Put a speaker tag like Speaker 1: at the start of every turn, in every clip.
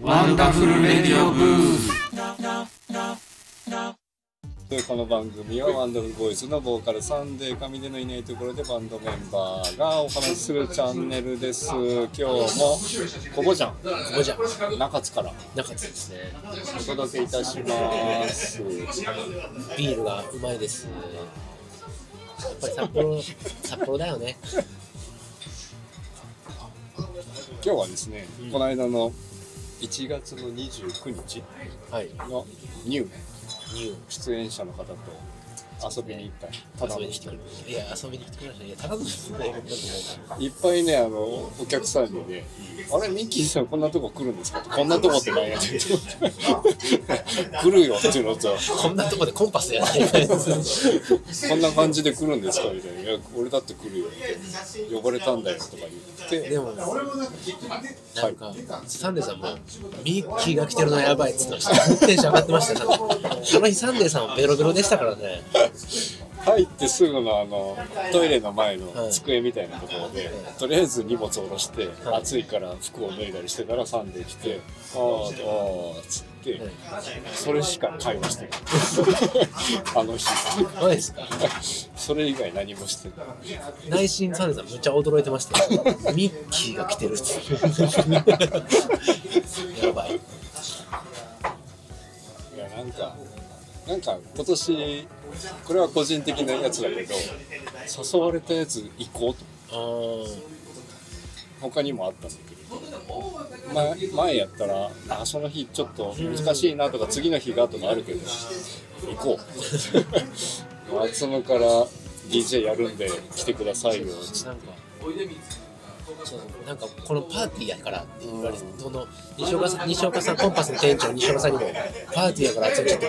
Speaker 1: ワンダフルレディオブース
Speaker 2: でこの番組はワンダフルボイスのボーカルサンデー上でのいないところでバンドメンバーがお話しするチャンネルです今日もここじゃん
Speaker 3: ここじゃ
Speaker 2: 中津から
Speaker 3: なかったですね。
Speaker 2: お届けいたします
Speaker 3: ビールがうまいです。やっぱり札幌、札幌だよね。
Speaker 2: 今日はですね、この間の1月の29日
Speaker 3: はい。
Speaker 2: のニュー
Speaker 3: ニュ
Speaker 2: 出演者の方と遊びに行った
Speaker 3: ー。
Speaker 2: た
Speaker 3: 遊
Speaker 2: だの
Speaker 3: びに
Speaker 2: 一
Speaker 3: 来て
Speaker 2: 人
Speaker 3: くれました。いや、遊びに来てくれました。いや、ただの人だよ。い
Speaker 2: いっぱいねあのお客さんにね「あれミッキーさんこんなとこ来るんですか?」こんなとこって何やねん」来るよ」っていうのと
Speaker 3: こんなとこでコンパスやらないから
Speaker 2: こんな感じで来るんですかみたいな「いや俺だって来るよ」みたいな「呼ばれたんだよ」とか言って
Speaker 3: でも、なんか、サンデーさんも、ミッキーが来てるのやばいっつってました。テンション上がってましたよ。その日サンデーさんはベロベロでしたからね。
Speaker 2: 入ってすぐのあのトイレの前の
Speaker 3: はい
Speaker 2: 机みたいなところで、とりあえず荷物下ろして、暑いから服を脱いだりしてたらサンデー来て「あーあ」っつって、それしか会話してない あの日
Speaker 3: どうですか
Speaker 2: それ以外何もしてない。
Speaker 3: 内心サンデーさんむっちゃ驚いてましたよ。ミッキーが来てるっつって。やばい。
Speaker 2: いやなんかなんか今年これは個人的なやつだけど誘われたやつ行こうと
Speaker 3: あー
Speaker 2: 他にもあったんだけど前前やったらあその日ちょっと難しいなとか次の日がとかあるけど行こう松野から DJ やるんで来てくださいよつっ
Speaker 3: なんか、そうなんかこのパーティーやからって言われて、その西岡さん、西岡さん、コンパスの店長、西岡さんにも、パーティーやからあっちにちょっと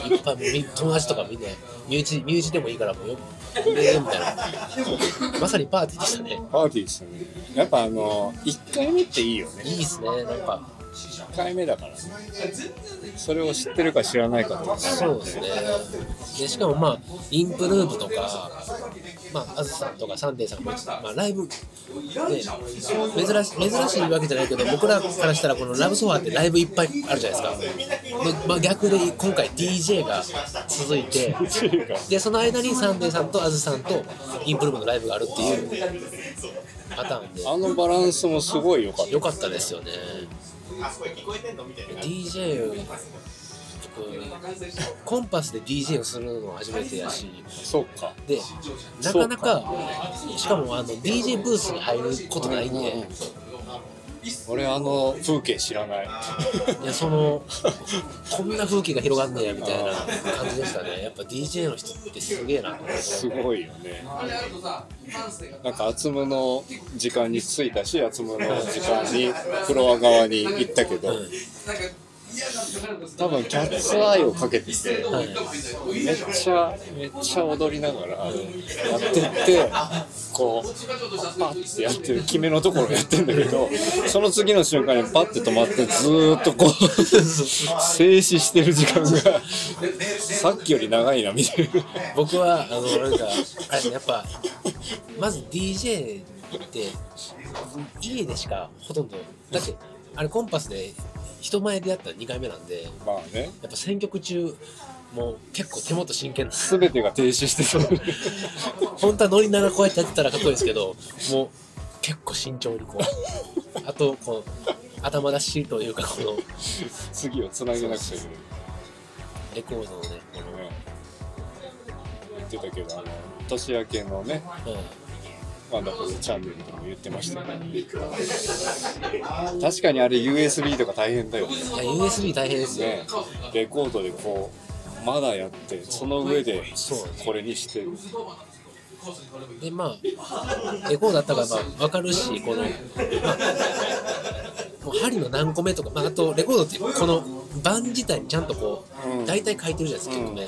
Speaker 3: もう、いっぱいもうみ友達とかみんな、身内身内でもいいから、もうよ、えーみたいな、まさにパーティーでしたね。
Speaker 2: てパーティーでしたねやっぱあの1回目っていいよね
Speaker 3: いいですね、なんか、
Speaker 2: 1回目だからねそれを知ってるか知らないかとか
Speaker 3: そうですね。で、しかもまあ、インプルーブとか、まあ、あずさんとかサンデーさんも、まあ、ライブで、珍し珍しいわけじゃないけど、僕らからしたら、このラブソファーってライブいっぱいあるじゃないですか。ままあ、逆で、今回 DJ が続いて、で、その間にサンデーさんとあずさんとインプルーブのライブがあるっていうパターンで、
Speaker 2: あのバランスもすごい良かった
Speaker 3: 良かったですよね。DJ を僕コンパスで DJ をするのは初めてやし
Speaker 2: そうか
Speaker 3: でなかなかしかもあの DJ ブースに入ることないんで、い
Speaker 2: 俺あの風景知らない
Speaker 3: やそのこんな風景が広がんねやみたいな感じでしたねやっぱ DJ の人ってすげえなと思って
Speaker 2: すごいよねなんか厚むの時間に着いたし厚むの時間にフロア側に行ったけど、
Speaker 3: うん
Speaker 2: 多分キャッツアイをかけてて
Speaker 3: はい
Speaker 2: めっちゃめっちゃ踊りながらやってってこうパッてやってる決めのところやってんだけどその次の瞬間にパッて止まってずーっとこう 静止してる時間がさっきより長いなみたいな。
Speaker 3: 僕はあのなんかあれやっぱまず DJ って家でしかほとんどだってあれコンパスで人前でやったら2回目なんでや
Speaker 2: まあね
Speaker 3: っぱ選曲中もう結構手元真剣です
Speaker 2: 全てが停止してそう
Speaker 3: 本当はノリながらこうやってやってたらかっこいいですけどもう結構慎重にこうあとこう頭出しというかこの
Speaker 2: 次をつなげなくちゃいけない
Speaker 3: レコードのねこの、
Speaker 2: ね言ってたけどあの年明けのね
Speaker 3: うん
Speaker 2: ワンダフルチャンネルとかも言ってましたよね確かにあれ USB とか大変だよね
Speaker 3: いや USB 大変ですよ、
Speaker 2: ねレコードでこうまだやってその上で
Speaker 3: そう
Speaker 2: これにして
Speaker 3: でまあレコードあったからまあ分かるしこの、まあ、もう針の何個目とか、まあ、あとレコードってこの盤自体にちゃんとこ
Speaker 2: うん
Speaker 3: う大体書いてるじゃないですか
Speaker 2: うん
Speaker 3: 曲ね、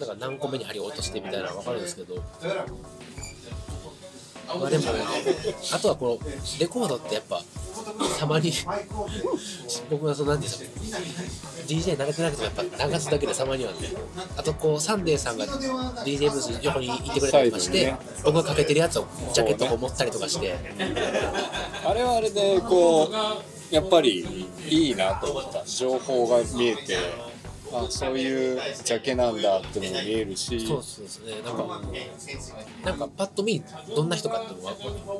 Speaker 3: だから何個目に針を落としてみたいなのは分かるんですけどまあでもあとはこのレコードってやっぱたまに僕はその何て言うんですか DJ 慣れてなくてもやっぱ流すだけでたまにはねあとこうサンデーさんが DJ ブース横にいてくれたりとかして、
Speaker 2: サイドにね
Speaker 3: 僕がかけてるやつをジャケットを持ったりとかして、
Speaker 2: あれはあれでこうやっぱりいいなと思った情報が見えてあそういうジャケなんだっても見えるし
Speaker 3: そうそうですねなんかなんかパッと見どんな人かってのは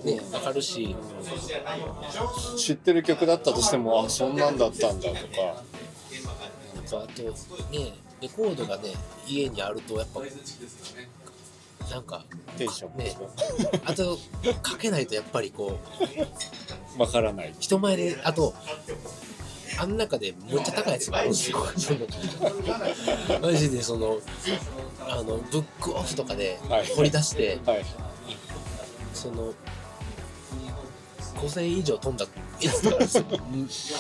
Speaker 3: ね分かるし
Speaker 2: 知ってる曲だったとしてもあそんなんだったんだとか
Speaker 3: なんかあとねレコードがね家にあるとやっぱなんか
Speaker 2: テンション
Speaker 3: ねあとかけないとやっぱりこ う
Speaker 2: わからない
Speaker 3: 人前であとあん中でむっちゃ高いやつがあるんですよ そのマジでそのあのブックオフとかで
Speaker 2: はい
Speaker 3: 掘り出して、
Speaker 2: はい
Speaker 3: その5000以上飛んだやつと かですようん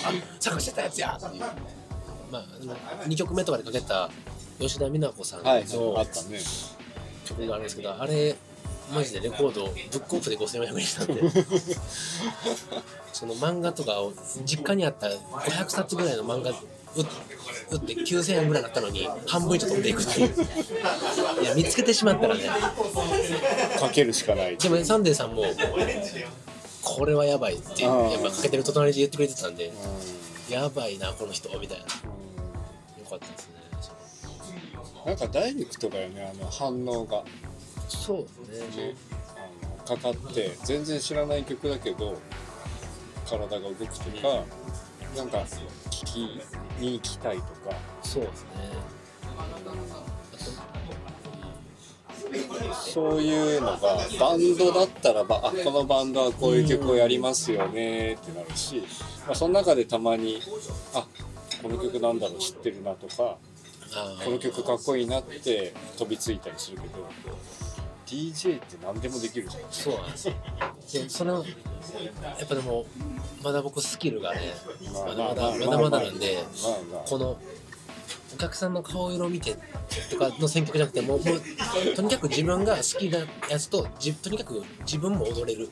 Speaker 3: あ探してたやつやっていうまああの2曲目とかでかけた吉田美奈子さんの、
Speaker 2: はいあったね
Speaker 3: 曲があるんですけどあれマジでレコードブックオフで5400円したんでその漫画とかを実家にあった500冊ぐらいの漫画打って9000円ぐらいだったのに半分以上飛んでいくっていういや見つけてしまったらね
Speaker 2: かけるしかない
Speaker 3: でもねサンデーさんもこれはやばいって
Speaker 2: あー
Speaker 3: やっぱかけてると隣で言ってくれてたんで
Speaker 2: う
Speaker 3: やばいなこの人みたいなよ
Speaker 2: ん
Speaker 3: かったですね
Speaker 2: なんかダイレクトだよねあの反応が
Speaker 3: そうですね
Speaker 2: あのかかって全然知らない曲だけど体が動くとか、なんか聞きに行きたいとか
Speaker 3: そうですね
Speaker 2: そういうのがバンドだったらばあこのバンドはこういう曲をやりますよねってなるし、まあ、その中でたまにあこの曲なんだろう知ってるなとか
Speaker 3: あー
Speaker 2: この曲かっこいいなって飛びついたりするけど DJ って何でもできるじゃん。
Speaker 3: そうなんですよ。で、その、やっぱでも、まだ僕スキルがね、まだまだ、まだまだなんで、
Speaker 2: まあまあ
Speaker 3: この、お客さんの顔色を見てとかの選曲じゃなくてもうもうとにかく自分が好きなやつとじとにかく自分も踊れる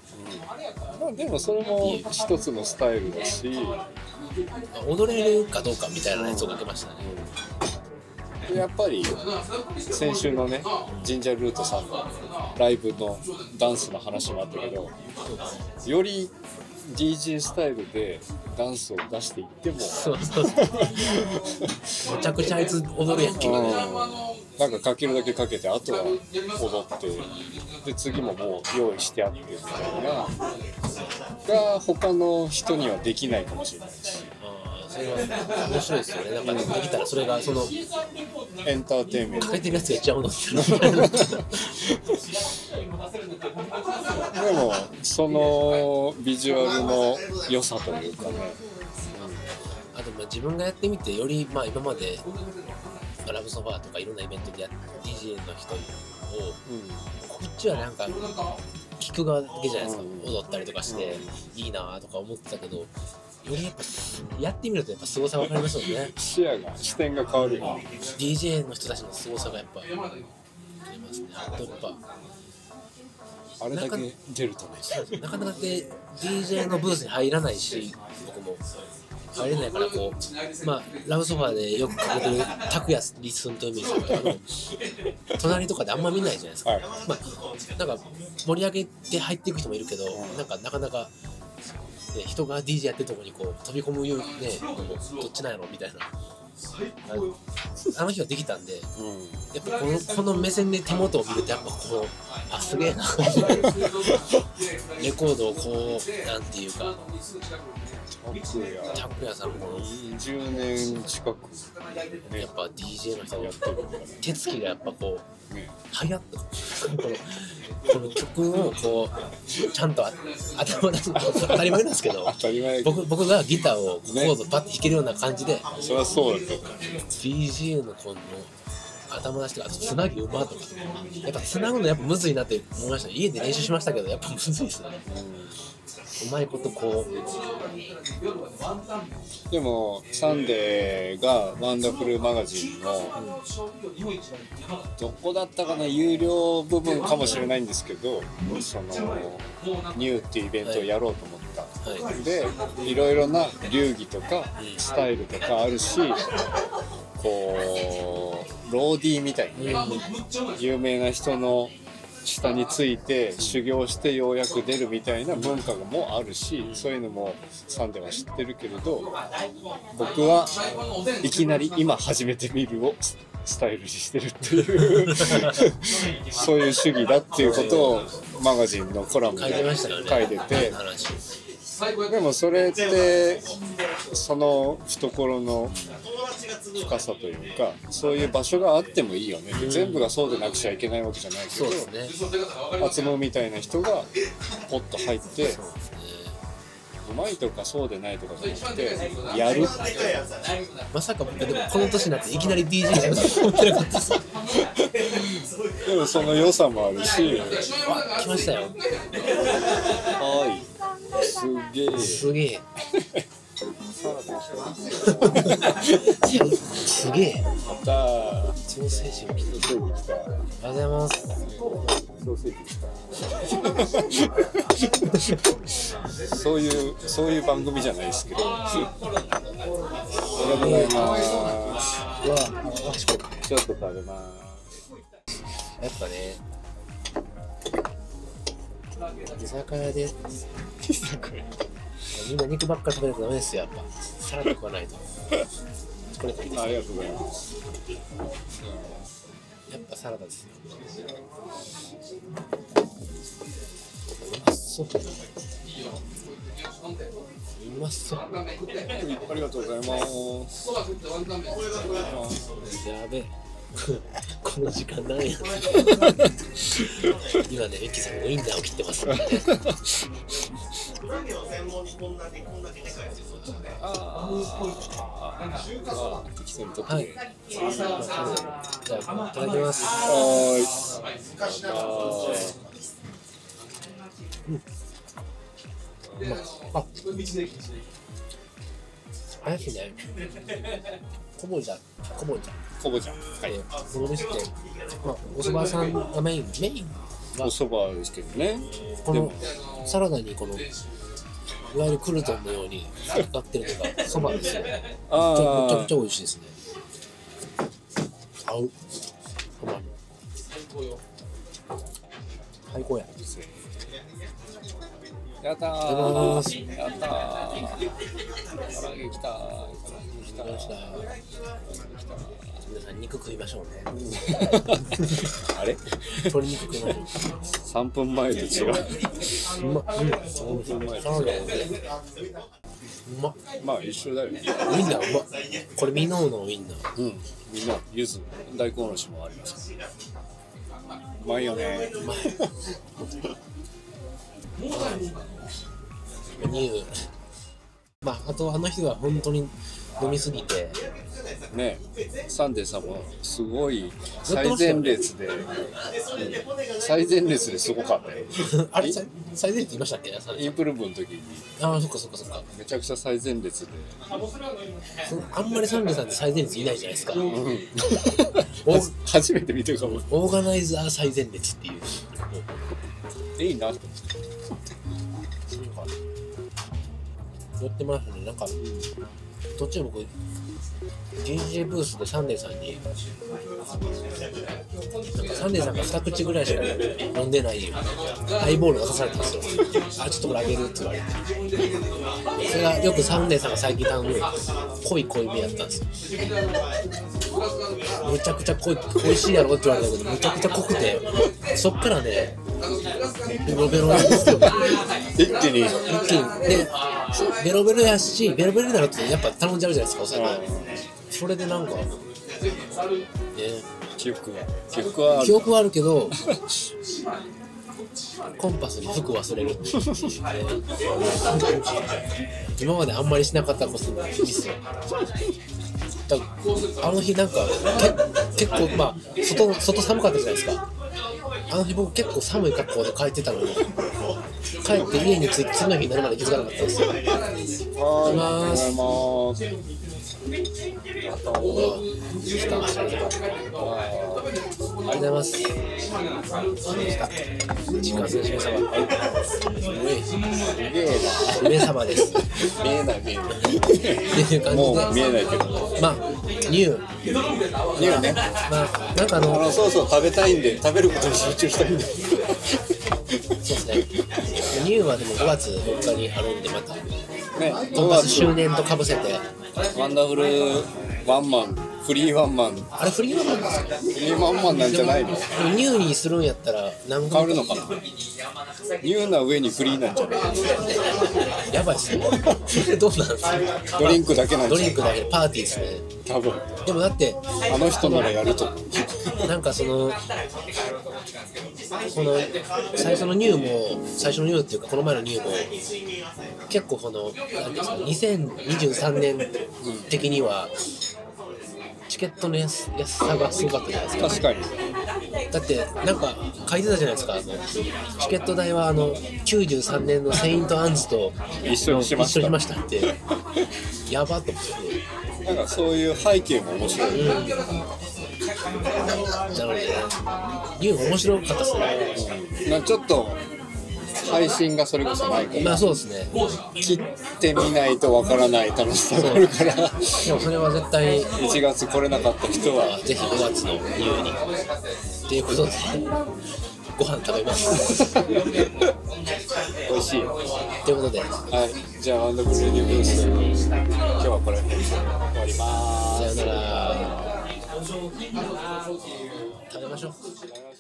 Speaker 2: まあでもそれも一つのスタイルだし
Speaker 3: 踊れるかどうかみたいなやつをかけましたね
Speaker 2: やっぱり先週のねジンジャールートさんのライブのダンスの話もあったけどより DJ スタイルでダンスを出していっても
Speaker 3: そうそうそうめちゃくちゃあいつ踊るやんけみたいな
Speaker 2: うんなんかかけるだけかけてあとは踊ってで次ももう用意してあってみたいなが他の人にはできないかもしれないし
Speaker 3: あーそれは面白いですよねなんかできたらそれがその
Speaker 2: エンターテインメント
Speaker 3: かけてるやつが一番踊ってる
Speaker 2: でもそのビジュアルの良さというかね
Speaker 3: あとまあ自分がやってみてよりまあ今までまあラブソファーとかいろんなイベントでやっ DJ の人をこっちはなんか聞く側だけじゃないですか
Speaker 2: うん
Speaker 3: 踊ったりとかしていいなとか思ってたけどよりやっぱやってみるとやっぱ凄さ分かりますよね
Speaker 2: 視野が視点が変わるよね
Speaker 3: DJ の人たちの凄さがやっぱ出ますねあとやっぱ
Speaker 2: あれだけ出るとね
Speaker 3: そうですなかなかで DJ のブースに入らないし僕も入れないからこうまあラブソファーでよくかけてる拓哉リスントゥミーさんとかの隣とかであんま見ないじゃないですか、
Speaker 2: はい
Speaker 3: まあなんか盛り上げて入っていく人もいるけどなんかなかなか、ね、人が DJ やってるとこにこう飛び込むようねどっちなんやろみたいなあのあの日はできたんで
Speaker 2: うん
Speaker 3: やっぱこのこの目線で手元を見るとやっぱこのあすげえなレコードをこうなんていうか
Speaker 2: 拓也
Speaker 3: タックヤさんもこの
Speaker 2: 20年近く
Speaker 3: やっぱ DJ の人が
Speaker 2: やってるから
Speaker 3: 手つきがやっぱこう
Speaker 2: ね
Speaker 3: 流行ったこのこの曲をこうちゃんとあ頭出す当たり前なんですけど
Speaker 2: 当たり前だけど
Speaker 3: 僕僕がギターをこうぞパッて弾けるような感じで、
Speaker 2: そりゃそうだけど
Speaker 3: BGM のこの頭出しとかあとつなぎうまとかやっぱつなぐのやっぱむずいなって思いました家で練習しましたけどやっぱむずいですねうまいことこう
Speaker 2: でも「サンデー」が「ワンダフルマガジン」のどこだったかな有料部分かもしれないんですけどそのニューっていうイベントをやろうと思った。
Speaker 3: はい
Speaker 2: でいろいろな流儀とかスタイルとかあるしこうローディーみたいな有名な人の下について修行してようやく出るみたいな文化もあるしそういうのもサンデーは知ってるけれど僕はいきなり今始めてみるをススタイルにしてるっていうそういう主義だっていうことをマガジンのコラムで
Speaker 3: 書いてましたよね
Speaker 2: 書いてて
Speaker 3: 話
Speaker 2: でもそれってその懐の深さというかそういう場所があってもいいよね、全部がそうでなくちゃいけないわけじゃないけ
Speaker 3: そう
Speaker 2: ど
Speaker 3: ですね
Speaker 2: 厚野みたいな人がポッと入ってうまいとかそうでないとかじゃなくてやる
Speaker 3: まさか僕でもこの年になっていきなり DJ やると思ってなかったです
Speaker 2: でもその良さもあるし
Speaker 3: 来ましたよ
Speaker 2: はいすげえ
Speaker 3: すげえすげえ
Speaker 2: だ
Speaker 3: ソーセージおめで
Speaker 2: ソーセージ来た
Speaker 3: とうございます
Speaker 2: ソーセージ来たそういうそういう番組じゃないですけどありがとうございます
Speaker 3: うわあ賢い
Speaker 2: ちょっと食べます
Speaker 3: やっぱね居酒屋でみんな肉ばっか食べなきゃダメですよやっぱサラダ食わないとこれ食いたい
Speaker 2: ありがとうございます
Speaker 3: やっぱサラダですようまそううまそう
Speaker 2: ありがとうございます
Speaker 3: やべえこの時間なんや今ね、エキさんウインナーを切ってますからね
Speaker 2: 適当に撮って
Speaker 3: はいじゃあ、いただきます
Speaker 2: は
Speaker 3: あ、あやしねこぼじゃ、こぼじゃ
Speaker 2: い。こぼちゃん。はい。
Speaker 3: こぼじって、まあ、お蕎麦さんがメインメイン
Speaker 2: おそばですけどね。
Speaker 3: こ
Speaker 2: で
Speaker 3: の
Speaker 2: も
Speaker 3: サラダにこのいわゆるクルトンのようになってるのがそばですよね。めちゃ
Speaker 2: あ
Speaker 3: くちゃ美味しいですね。合う。うまい。最高や。
Speaker 2: あ。やったー。やったー。唐揚げ来たー。
Speaker 3: わかりました。皆さん肉食いましょうね。
Speaker 2: あれ
Speaker 3: 鶏肉食いまし
Speaker 2: ?3 分前と違う。
Speaker 3: ょう。うまっ。うん。そうそうそう。サラダもねうまっ。
Speaker 2: まあ一緒だよね。
Speaker 3: ウインナーうまっ。これミノーのウインナー。
Speaker 2: うん。みんな、ゆず、大根おろしもありますから。うまいよね。
Speaker 3: うまい。メニュー。まあ、あとあの日は本当に飲みすぎて、
Speaker 2: ねサンデーさんもすごい最前列で、最前列ですごかったよ。
Speaker 3: あれ、最最前列言いましたっけ朝
Speaker 2: イ
Speaker 3: で
Speaker 2: ンプルーブの時に
Speaker 3: ああ、そっかそっかそっか。
Speaker 2: めちゃくちゃ最前列で
Speaker 3: そあんまりサンデーさんって最前列いないじゃないですか。
Speaker 2: お初めて見てるかも
Speaker 3: オーガナイザー最前列っていう。
Speaker 2: いいなって
Speaker 3: やってましたね。なんか、途中僕、DJ ブースでサンデーさんに、なんかサンデーさんが2口ぐらいしか飲んでないハイボールが刺されたんですよ。あ、ちょっとこれあげるって言われて。それがよくサンデーさんが最近頼む濃い濃いめやったんですよ。むちゃくちゃ濃い、美味しいやろって言われたけど、むちゃくちゃ濃くて、そっからね、ベロベロなんですよ。
Speaker 2: 一気に
Speaker 3: 一気にでベロベロやしベロベロになるとやっぱ頼んじゃうじゃないですかお酒、それでなんかね
Speaker 2: 記憶が記憶はあ
Speaker 3: 記
Speaker 2: る
Speaker 3: 憶はあるけどコンパスに服忘れるっていうね今まであんまりしなかったことのミスだからあの日なんかけ結構まあ外の外寒かったじゃないですかあの日僕結構寒い格好で帰ってたのに帰って家に着いて次の日になるまで気づかなかったんですよ
Speaker 2: はい
Speaker 3: います
Speaker 2: おはようございますあとは
Speaker 3: 来た知らなかったありがとうございます来た実感する姫様
Speaker 2: すげえ
Speaker 3: 姫様です
Speaker 2: な見えない見えない
Speaker 3: っていう感じ
Speaker 2: も
Speaker 3: で
Speaker 2: う見えないけど
Speaker 3: まあニュー
Speaker 2: ニューね
Speaker 3: まあなんかあ
Speaker 2: あ
Speaker 3: の
Speaker 2: のそうそう食べたいんで食べることに集中したいんで
Speaker 3: そうですねニューはでも5月4日にあるんでまた
Speaker 2: ね
Speaker 3: コンパス周
Speaker 2: 5
Speaker 3: 年とかぶせて
Speaker 2: 月ワンダフルワンマンフリーワンマンフ
Speaker 3: あれフリーワンマンですか
Speaker 2: リーワンマンなんじゃないの
Speaker 3: でもニューにするんやったら何
Speaker 2: 変
Speaker 3: 個
Speaker 2: わるのかなニューな上にフリーなんじゃない
Speaker 3: やばいっすね どうなんですか
Speaker 2: ドリンクだけなん
Speaker 3: ド
Speaker 2: じゃ
Speaker 3: リ
Speaker 2: な
Speaker 3: ン
Speaker 2: い
Speaker 3: クだけでパーティーですね
Speaker 2: 多分
Speaker 3: でもだって
Speaker 2: あの人ならやると思う
Speaker 3: なんかそのこの最初のニューも最初のニューっていうかこの前のニューも結構このなんていうんですか2023年的にはチケットの安安さがすごかったじゃないですか
Speaker 2: 確かに
Speaker 3: だってなんか書いてたじゃないですかあのチケット代はあの93年のセイント・アンズと
Speaker 2: 一緒にしま
Speaker 3: 一
Speaker 2: し
Speaker 3: 緒に
Speaker 2: た
Speaker 3: しましたってやばと思って。
Speaker 2: なんかそういう背景も面白いね
Speaker 3: なので、ニュー面白かったですね。
Speaker 2: なんかちょっと配信がそれこそないから
Speaker 3: まあそうですね。
Speaker 2: 切ってみないとわからない楽しさがあるから1
Speaker 3: でもそれは絶対、ぜ
Speaker 2: 月来れなかった人は
Speaker 3: ひ5月のニューに。っていうことで、ご飯食べます。
Speaker 2: 美味しいよ
Speaker 3: ということで、
Speaker 2: はいじゃあワンダフルレディオブース今日はこれで終わりま
Speaker 3: さよなら。食べましょう。
Speaker 2: す